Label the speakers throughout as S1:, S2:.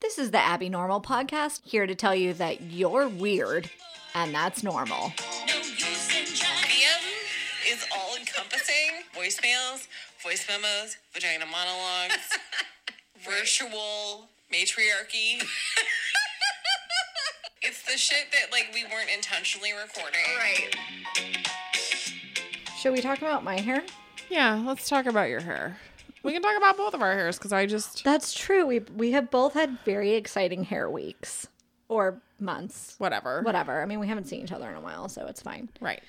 S1: This is the Abby Normal podcast, here to tell you that you're weird and that's normal.
S2: PM is all encompassing voicemails, voice memos, vagina monologues, virtual matriarchy. it's the shit that like we weren't intentionally recording.
S3: Right.
S1: Should we talk about my hair?
S3: Yeah, let's talk about your hair. We can talk about both of our hairs because I just
S1: That's true. We we have both had very exciting hair weeks or months.
S3: whatever.
S1: Whatever. I mean, we haven't seen each other in a while, so it's fine.
S3: Right.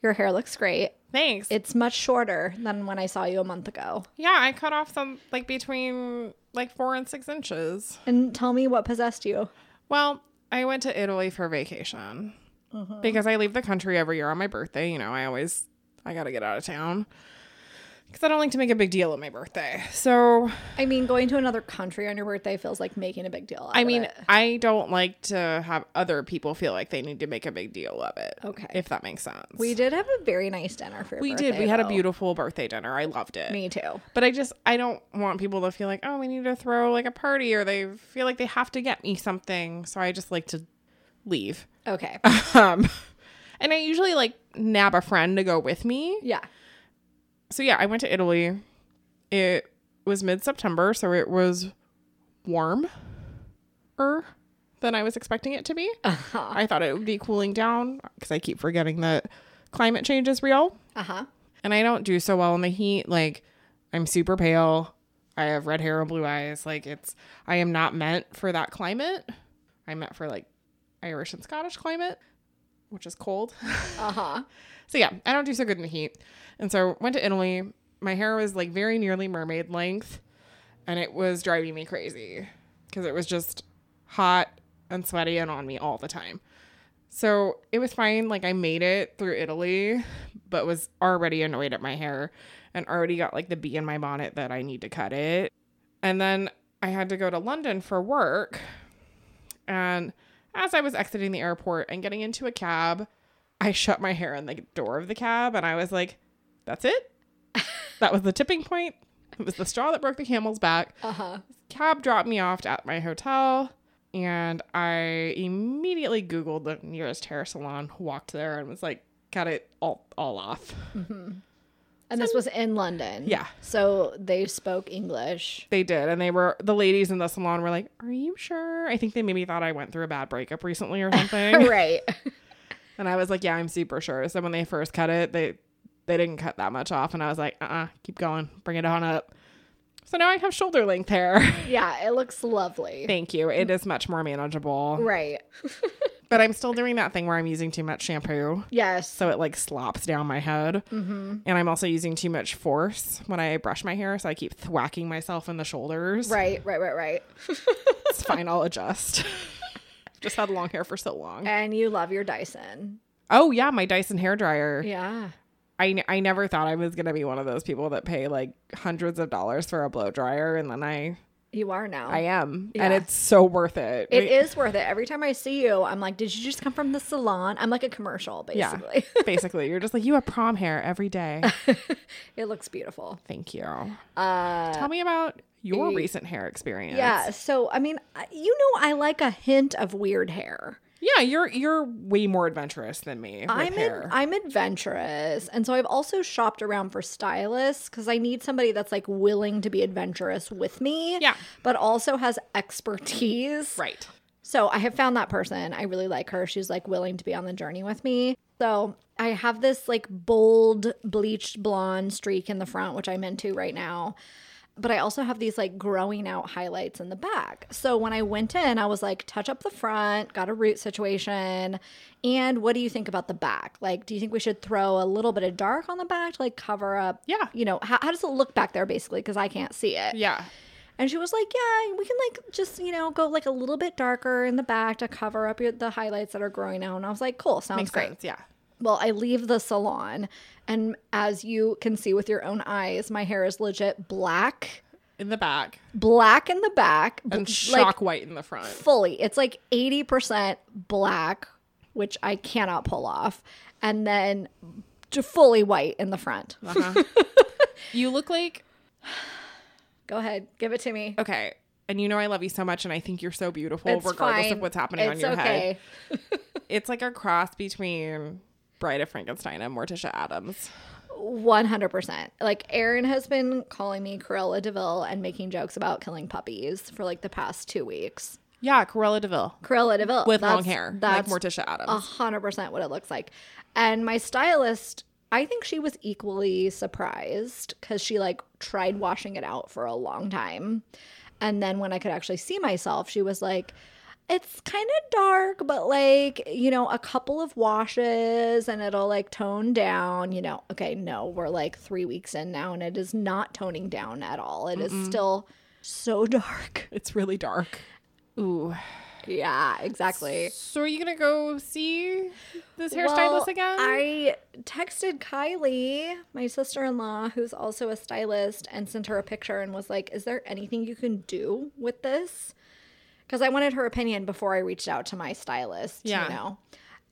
S1: Your hair looks great.
S3: Thanks.
S1: It's much shorter than when I saw you a month ago.
S3: yeah, I cut off some like between like four and six inches.
S1: And tell me what possessed you.
S3: Well, I went to Italy for vacation because I leave the country every year on my birthday. You know, I always I gotta get out of town because I don't like to make a big deal of my birthday. So
S1: I mean, going to another country on your birthday feels like making a big deal. out
S3: I
S1: of
S3: mean,
S1: it.
S3: I don't like to have other people feel like they need to make a big deal of it.
S1: Okay.
S3: If that makes sense.
S1: we did have a very nice dinner for your
S3: we
S1: birthday,
S3: did. We had a
S1: though.
S3: beautiful birthday dinner. I loved it.
S1: Me too.
S3: But I just I don't want people to feel like, "Oh, we need to throw like a party or they feel like they have to get me something." So I just like to leave.
S1: Okay.
S3: Um and I usually like nab a friend to go with me.
S1: yeah.
S3: So yeah, I went to Italy. It was mid-September, so it was warm er than I was expecting it to be.
S1: Uh-huh.
S3: I thought it would be cooling down because I keep forgetting that climate change is real
S1: Uh-huh.
S3: and I don't do so well in the heat. Like, I'm super pale. I have red hair and blue eyes. Like, it's, I am not meant for that climate. I'm meant for like Irish and Scottish climate, which is cold.
S1: Uh-huh.
S3: so, yeah, I don't do so good in the heat. And so, went to Italy. My hair was like very nearly mermaid length, and it was driving me crazy because it was just hot and sweaty and on me all the time. So it was fine. Like I made it through Italy, but was already annoyed at my hair and already got like the bee in my bonnet that I need to cut it. And then I had to go to London for work. And as I was exiting the airport and getting into a cab, I shut my hair in the door of the cab and I was like, that's it. that was the tipping point. It was the straw that broke the camel's back
S1: Uh-huh.
S3: cab dropped me off at my hotel and I immediately Googled the nearest hair salon, walked there and was like, got it all, all off.
S1: And this was in London.
S3: Yeah.
S1: So they spoke English.
S3: They did. And they were, the ladies in the salon were like, Are you sure? I think they maybe thought I went through a bad breakup recently or something.
S1: right.
S3: and I was like, Yeah, I'm super sure. So when they first cut it, they, they didn't cut that much off. And I was like, Uh uh keep going, bring it on up. So now I have shoulder length hair.
S1: Yeah, it looks lovely.
S3: Thank you. It is much more manageable.
S1: Right.
S3: But I'm still doing that thing where I'm using too much shampoo.
S1: Yes.
S3: so it like slops down my head. Mm-hmm. And I'm also using too much force when I brush my hair, so I keep thwacking myself in the shoulders.
S1: right, right, right, right.
S3: It's fine, I'll adjust. Just had long hair for so long.
S1: And you love your Dyson.
S3: Oh yeah, my Dyson hair dryer.
S1: Yeah.
S3: I, n- I never thought I was gonna be one of those people that pay like hundreds of dollars for a blow dryer, and then I
S1: You are now.
S3: I am, and
S1: Yeah.
S3: it's so worth it.
S1: It
S3: We-
S1: is worth it. Every time I see you, I'm like, did you just come from the salon? I'm like a commercial,
S3: Yeah.
S1: basically.
S3: Basically, you're just like you have prom hair every day.
S1: it looks beautiful.
S3: Thank you.
S1: Uh,
S3: Tell me about your
S1: y-
S3: recent hair experience.
S1: yeah. So, I mean, I- you know, I like a hint of weird hair.
S3: Yeah, you're you're way more adventurous than me with
S1: I'm
S3: hair.
S1: ad- I'm adventurous, and so I've also shopped around for stylists because I need somebody that's like willing to be adventurous with me,
S3: Yeah.
S1: but also has expertise.
S3: right.
S1: So I have found that person. I really like her. She's like willing to be on the journey with me. So I have this like bold bleached blonde streak in the front, which I'm into right now. But I also have these like growing out highlights in the back. So when I went in, I was like, touch up the front, got a root situation. And what do you think about the back? Like, do you think we should throw a little bit of dark on the back to like cover up?
S3: Yeah.
S1: You know, how, how does it look back there basically? Because I can't see it.
S3: Yeah.
S1: And she was like, "Yeah, we can like just you know go like a little bit darker in the back to cover up your, the highlights that are growing out." And I was like, "Cool, sounds
S3: Makes
S1: great."
S3: sense. Yeah.
S1: Well, I leave the salon, and as you can see with your own eyes, my hair is legit black,
S3: In the back
S1: black in the back, bl-
S3: and
S1: Uh, like,
S3: shock white in the front.
S1: fully. It's like eighty percent black, which I cannot pull off, and then j- fully white in the front.
S3: You look like
S1: Go ahead, give it to me.
S3: okay. and you know I love you so much and I think you're so beautiful
S1: It's
S3: regardless
S1: fine.
S3: of what's happening on
S1: It's
S3: your head.
S1: okay.
S3: It's like a cross between Bride of Frankenstein and Morticia Adams.
S1: One hundred percent. Like Aaron has been calling me Corella Deville and making jokes about killing puppies for like the past two weeks.
S3: Yeah, Corella Deville
S1: Corella Deville
S3: with long
S1: that's-
S3: hair,
S1: That's
S3: like Morticia Adams.
S1: a hundred percent what it looks like. And my stylist, I think she was equally surprised because she like tried washing it out for a long time, and then when I could actually see myself, she was like. It's kind of dark, but like, you know, a couple of washes and it'll like tone down, you know. Okay, no, we're like three weeks in now and it is not toning down at all. It is still so dark.
S3: It's really dark. Ooh.
S1: Yeah, exactly.
S3: So are you gonna go see this hairstylist
S1: Well,
S3: again?
S1: I texted Kylie, my sister in law, who's also a stylist, and sent her a picture and was like, Is there anything you can do with this? Because I wanted her opinion before I reached out to my stylist,
S3: Yeah.
S1: you know?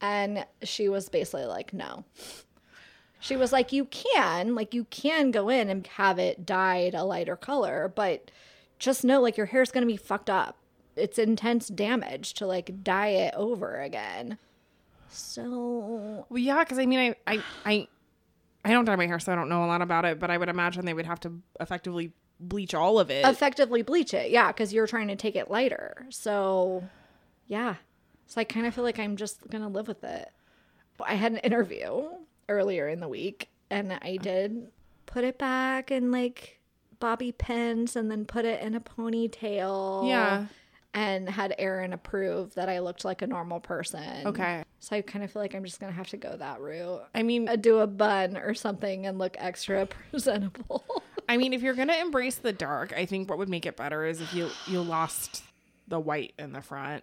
S1: And she was basically like, No. She was like, You can, like, you can go in and have it dyed a lighter color, but just know, like, your hair's going to be fucked up. It's intense damage to like dye it over again. So
S3: Well, yeah, because I mean, I, I, I, I don't dye my hair, so I don't know a lot about it. But I would imagine they would have to effectively bleach all of it.
S1: effectively bleach it. Yeah, because you're trying to take it lighter. So, yeah. So I kind of feel like I'm just gonna live with it. But I had an interview earlier in the week, and I did put it back in like bobby pins, and then put it in a ponytail.
S3: Yeah.
S1: And had Aaron approve that I looked like a normal person.
S3: okay.
S1: So I kind of feel like I'm just gonna have to go that route.
S3: I mean,
S1: Uh, Do a bun or something and look extra presentable.
S3: I mean, if you're gonna embrace the dark, I think what would make it better is if you you lost the white in the front,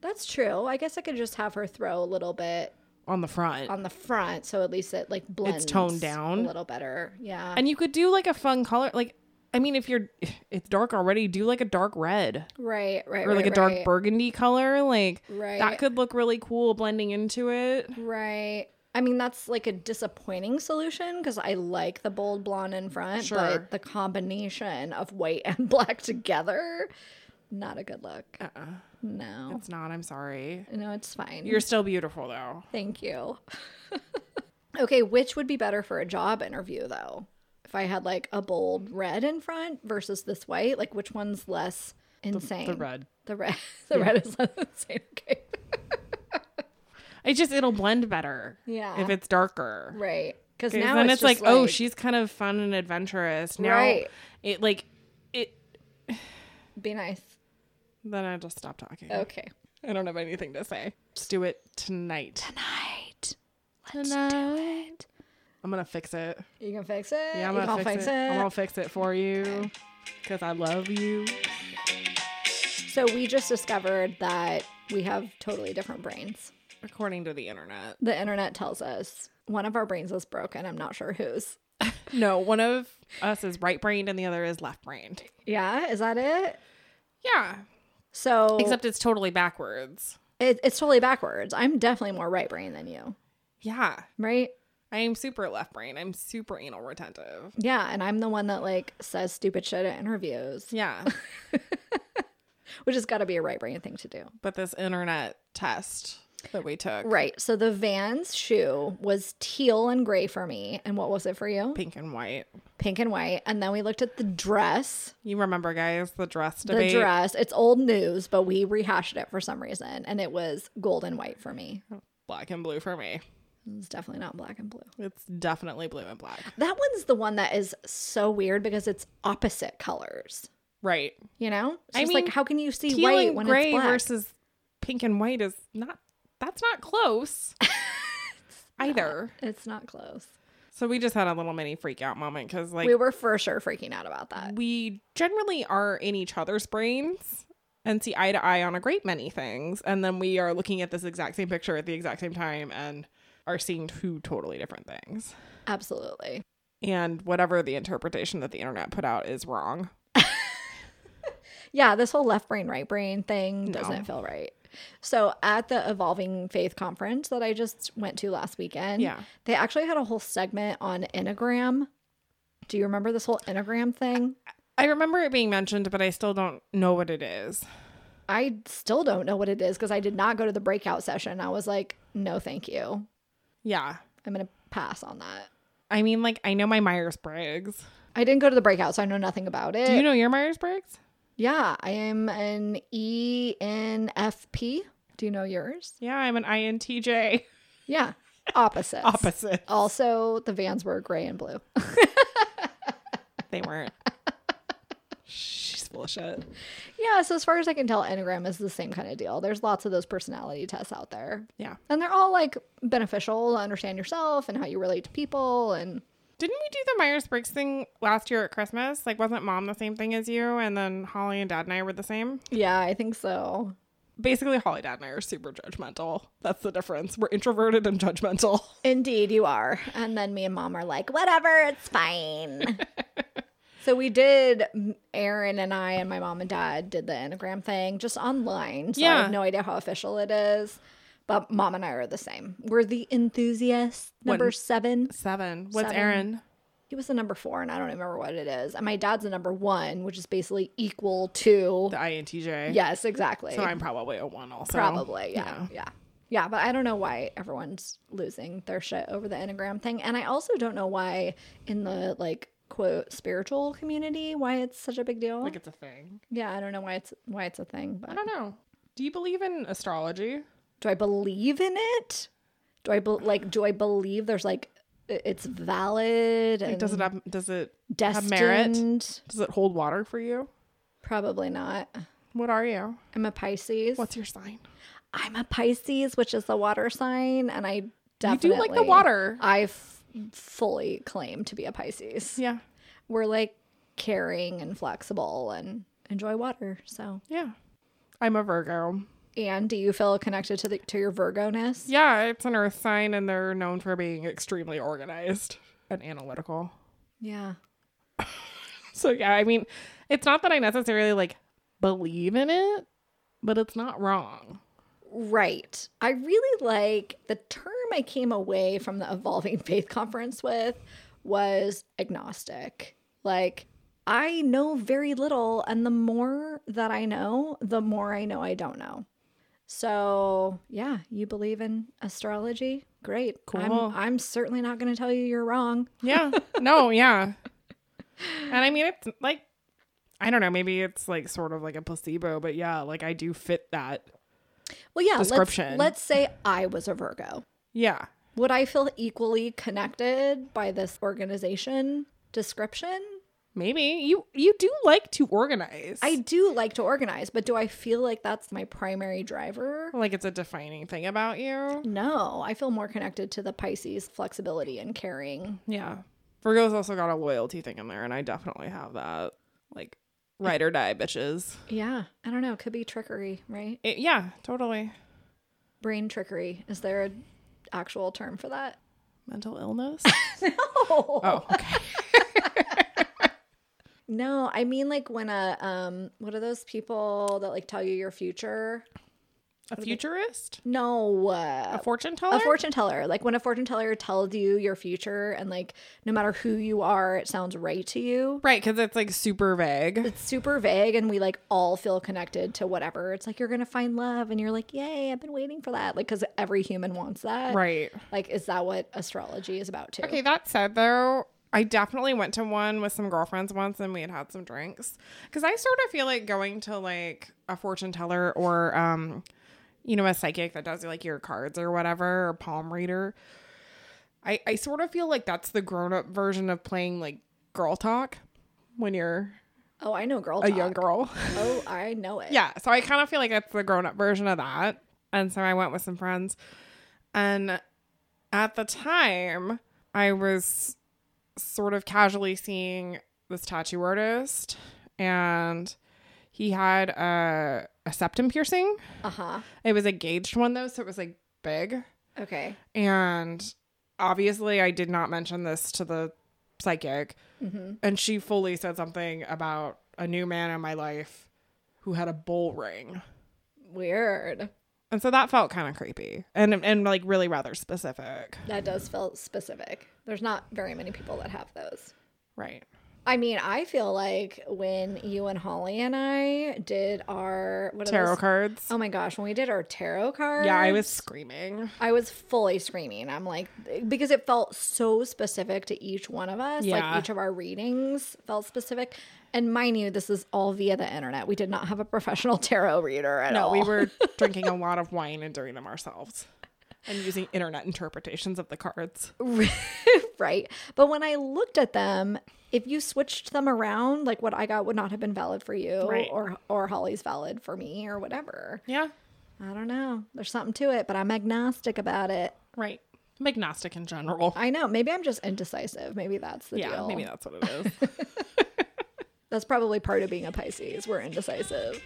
S1: That's true. I guess I could just have her throw a little bit
S3: on the front,
S1: on the front, so at least it like blends.
S3: toned down.
S1: a little better. Yeah,
S3: and you could do like a fun color. Like, I mean, if you're it's dark already, do like a dark red
S1: right, right,
S3: or like
S1: right,
S3: a dark
S1: right.
S3: burgundy color. Like
S1: Right.
S3: that could look really cool blending into it.
S1: Right. I mean, that's like a disappointing solution because I like the bold blonde in front,
S3: Sure.
S1: but the combination of white and black together, not a good look.
S3: Uh-uh.
S1: No,
S3: It's not. I'm sorry.
S1: no, it's fine.
S3: You're still beautiful though.
S1: Thank you. okay, which would be better for a job interview though? If I had like a bold red in front versus this white, like which one's less insane?
S3: The red.
S1: The red. The red is less insane. Okay.
S3: It just it'll blend better.
S1: Yeah.
S3: If it's darker.
S1: Right. Because
S3: 'Cause
S1: now
S3: then
S1: it's,
S3: it's,
S1: just
S3: like, oh, she's kind of fun and adventurous. Now
S1: Right.
S3: it like it
S1: Be nice.
S3: then I just stop talking.
S1: Okay.
S3: I don't have anything to say. Just do it tonight.
S1: Night.
S3: Tonight. I'm gonna fix it.
S1: You can fix it.
S3: Yeah, I'm
S1: you
S3: gonna
S1: can
S3: fix, it. I'm gonna fix it for you. Cause I love you.
S1: So we just discovered that we have totally different brains.
S3: According to the internet.
S1: The internet tells us one of our brains is broken. I'm not sure whose.
S3: No, one of us is right brained and the other is left brained.
S1: Yeah, is that it?
S3: Yeah.
S1: So
S3: Except it's totally backwards.
S1: It, it's totally backwards. I'm definitely more right brain than you,
S3: Yeah.
S1: right?
S3: I am super left brain. I'm super anal retentive.
S1: Yeah, and I'm the one that like says stupid shit at interviews,
S3: Yeah.
S1: which has got to be a right brain thing to do.
S3: but this internet test that we took,
S1: Right. So the Vans shoe was teal and gray for me, and what was it for you?
S3: pink and white.
S1: Pink and white. And then we looked at the dress.
S3: You remember, guys, the dress
S1: The
S3: debate?
S1: dress. It's old news, but we rehashed it for some reason, and it was gold and white for me.
S3: Black and blue for me.
S1: It's definitely not black and blue.
S3: It's definitely blue and black.
S1: That one's the one that is so weird because it's opposite colors.
S3: Right.
S1: You know, it's
S3: I
S1: just
S3: mean,
S1: like how can you see
S3: Teal
S1: white
S3: and
S1: when
S3: gray
S1: it's black?
S3: versus pink and white is not. That's not close. Either.
S1: It's not close.
S3: So we just had a little mini freak out moment because, like,
S1: we were for sure freaking out about that.
S3: we generally are in each other's brains and see eye to eye on a great many things. And then we are looking at this exact same picture at the exact same time and are seeing two totally different things.
S1: Absolutely.
S3: And whatever the interpretation that the internet put out is wrong.
S1: Yeah, this whole left brain, right brain thing doesn't feel right. So at the Evolving Faith conference that I just went to last weekend,
S3: Yeah.
S1: they actually had a whole segment on Enneagram. Do you remember this whole Enneagram thing?
S3: I remember it being mentioned, but I still don't know what it is.
S1: I still don't know what it is because I did not go to the breakout session. I was like, no, thank you.
S3: Yeah.
S1: I'm going to pass on that.
S3: I mean, like, I know my Myers Briggs.
S1: I didn't go to the breakout, so I know nothing about it.
S3: Do you know your Myers Briggs?
S1: yeah, I am an E ENFP. Do you know yours?
S3: Yeah, I'm an INTJ.
S1: Yeah, opposites.
S3: Opposite.
S1: Also, the vans were gray and blue.
S3: They weren't. She's full of shit.
S1: yeah, so as far as I can tell, Enneagram is the same kind of deal. There's lots of those personality tests out there.
S3: Yeah.
S1: And they're all like beneficial to understand yourself and how you relate to people. And
S3: Didn't we do the Myers Briggs thing last year at Christmas? Like, wasn't mom the same thing as you? And then Holly and dad and I were the same?
S1: yeah, I think so.
S3: Basically, Holly, dad, and I are super judgmental. That's the difference. We're introverted and judgmental.
S1: Indeed, you are. And then me and mom are like, whatever, it's fine. so we did, Aaron and I and my mom and dad did the Enneagram thing just online. So I
S3: Yeah.
S1: have no idea how official it is. But mom and I are the same. We're the enthusiasts, number
S3: What-
S1: seven.
S3: Seven. What's
S1: Seven.
S3: Aaron?
S1: He was the number four, and I don't remember what it is. And my dad's the number one, which is basically equal to.
S3: The INTJ.
S1: Yes, exactly.
S3: So I'm probably a one also.
S1: Probably, yeah, yeah. Yeah. but I don't know why everyone's losing their shit over the Enneagram thing. And I also don't know why in the like quote spiritual community why it's such a big deal.
S3: Like, it's a thing.
S1: yeah, I don't know why it's why it's a thing, but
S3: I don't know. Do you believe in astrology?
S1: do I believe in it? Do I be- like do I believe there's like i- it's valid and
S3: Like, does it have, does it
S1: destined?
S3: merit? does it hold water for you?
S1: Probably not.
S3: What are you?
S1: I'm a Pisces.
S3: What's your sign?
S1: I'm a Pisces, which is the water sign, and I definitely
S3: do like the water.
S1: I f- fully claim to be a Pisces.
S3: Yeah.
S1: We're like caring and flexible and enjoy water. So,
S3: Yeah. I'm a Virgo.
S1: and do you feel connected to the to your Virgo ness?
S3: Yeah, it's an earth sign and they're known for being extremely organized and analytical.
S1: Yeah.
S3: So yeah, I mean, it's not that I necessarily like believe in it, but it's not wrong.
S1: Right. I really like the term I came away from the Evolving Faith Conference with was agnostic. Like, I know very little, and the more that I know, the more I know I don't know. So, yeah, you believe in astrology? Great. I'm,
S3: Cool.
S1: I'm certainly not going to tell you you're wrong.
S3: Yeah. No, yeah. And I mean, it's like I don't know, maybe it's like sort of like a placebo, but yeah, like I do fit that.
S1: Well, yeah,
S3: Description.
S1: Let's, let's say I was a Virgo.
S3: Yeah.
S1: Would I feel equally connected by this organization description?
S3: Maybe you you do like to organize.
S1: I do like to organize, but do I feel like that's my primary driver?
S3: like it's a defining thing about you.
S1: No, I feel more connected to the Pisces flexibility and caring.
S3: Yeah. Virgo's also got a loyalty thing in there, and I definitely have that. Like, ride or die, bitches.
S1: Yeah, I don't know. Could be trickery, right?
S3: It- yeah, totally.
S1: Brain trickery. Is there an actual term for that?
S3: Mental illness?
S1: Oh.
S3: oh, okay.
S1: No, I mean like when a um, what are those people that like tell you your future?
S3: A futurist?
S1: No, uh,
S3: A fortune teller?
S1: A fortune teller. Like when a fortune teller tells you your future, and like no matter who you are, it sounds right to you.
S3: right, because it's like super vague.
S1: it's super vague and we like all feel connected to whatever it's like you're gonna find love and you're like yay i've been waiting for that like because every human wants that
S3: Right.
S1: like is that what astrology is about too
S3: Okay, that said, though, I definitely went to one with some girlfriends once and we had had some drinks. Because I sort of feel like going to like a fortune teller or, um, you know, a psychic that does like your cards or whatever, or palm reader. I, I sort of feel like that's the grown up version of playing like girl talk when you're
S1: oh i know girl
S3: a
S1: talk.
S3: young girl.
S1: oh i know it
S3: Yeah, so I kind of feel like that's the grown up version of that. And so I went with some friends. And at the time, I was sort of casually seeing this tattoo artist, and he had a, a septum piercing.
S1: uh-huh
S3: It was a gauged one, though, so it was like big.
S1: okay
S3: And obviously, I did not mention this to the psychic. And she fully said something about a new man in my life who had a bull ring.
S1: weird
S3: And so that felt kind of creepy and and like really rather specific.
S1: that does feel specific there's not very many people that have those
S3: Right.
S1: I mean, I feel like when you and Holly and I did our what are
S3: Tarot
S1: those?
S3: cards.
S1: Oh my gosh, when we did our tarot cards.
S3: yeah, I was screaming.
S1: I was fully screaming. I'm like because it felt so specific to each one of us.
S3: Yeah.
S1: Like each of our readings felt specific. And mind you, this is all via the internet. We did not have a professional tarot reader at
S3: No,
S1: all.
S3: we were drinking a lot of wine and doing them ourselves and using internet interpretations of the cards.
S1: right. But when I looked at them, if you switched them around, like what I got would not have been valid for you
S3: Right.
S1: or or Holly's valid for me or whatever.
S3: Yeah,
S1: I don't know. There's something to it, but I'm agnostic about it.
S3: right. I'm agnostic in general.
S1: I know. Maybe I'm just indecisive. Maybe that's the
S3: yeah,
S1: deal.
S3: maybe that's what it is.
S1: That's probably part of being a Pisces. We're indecisive.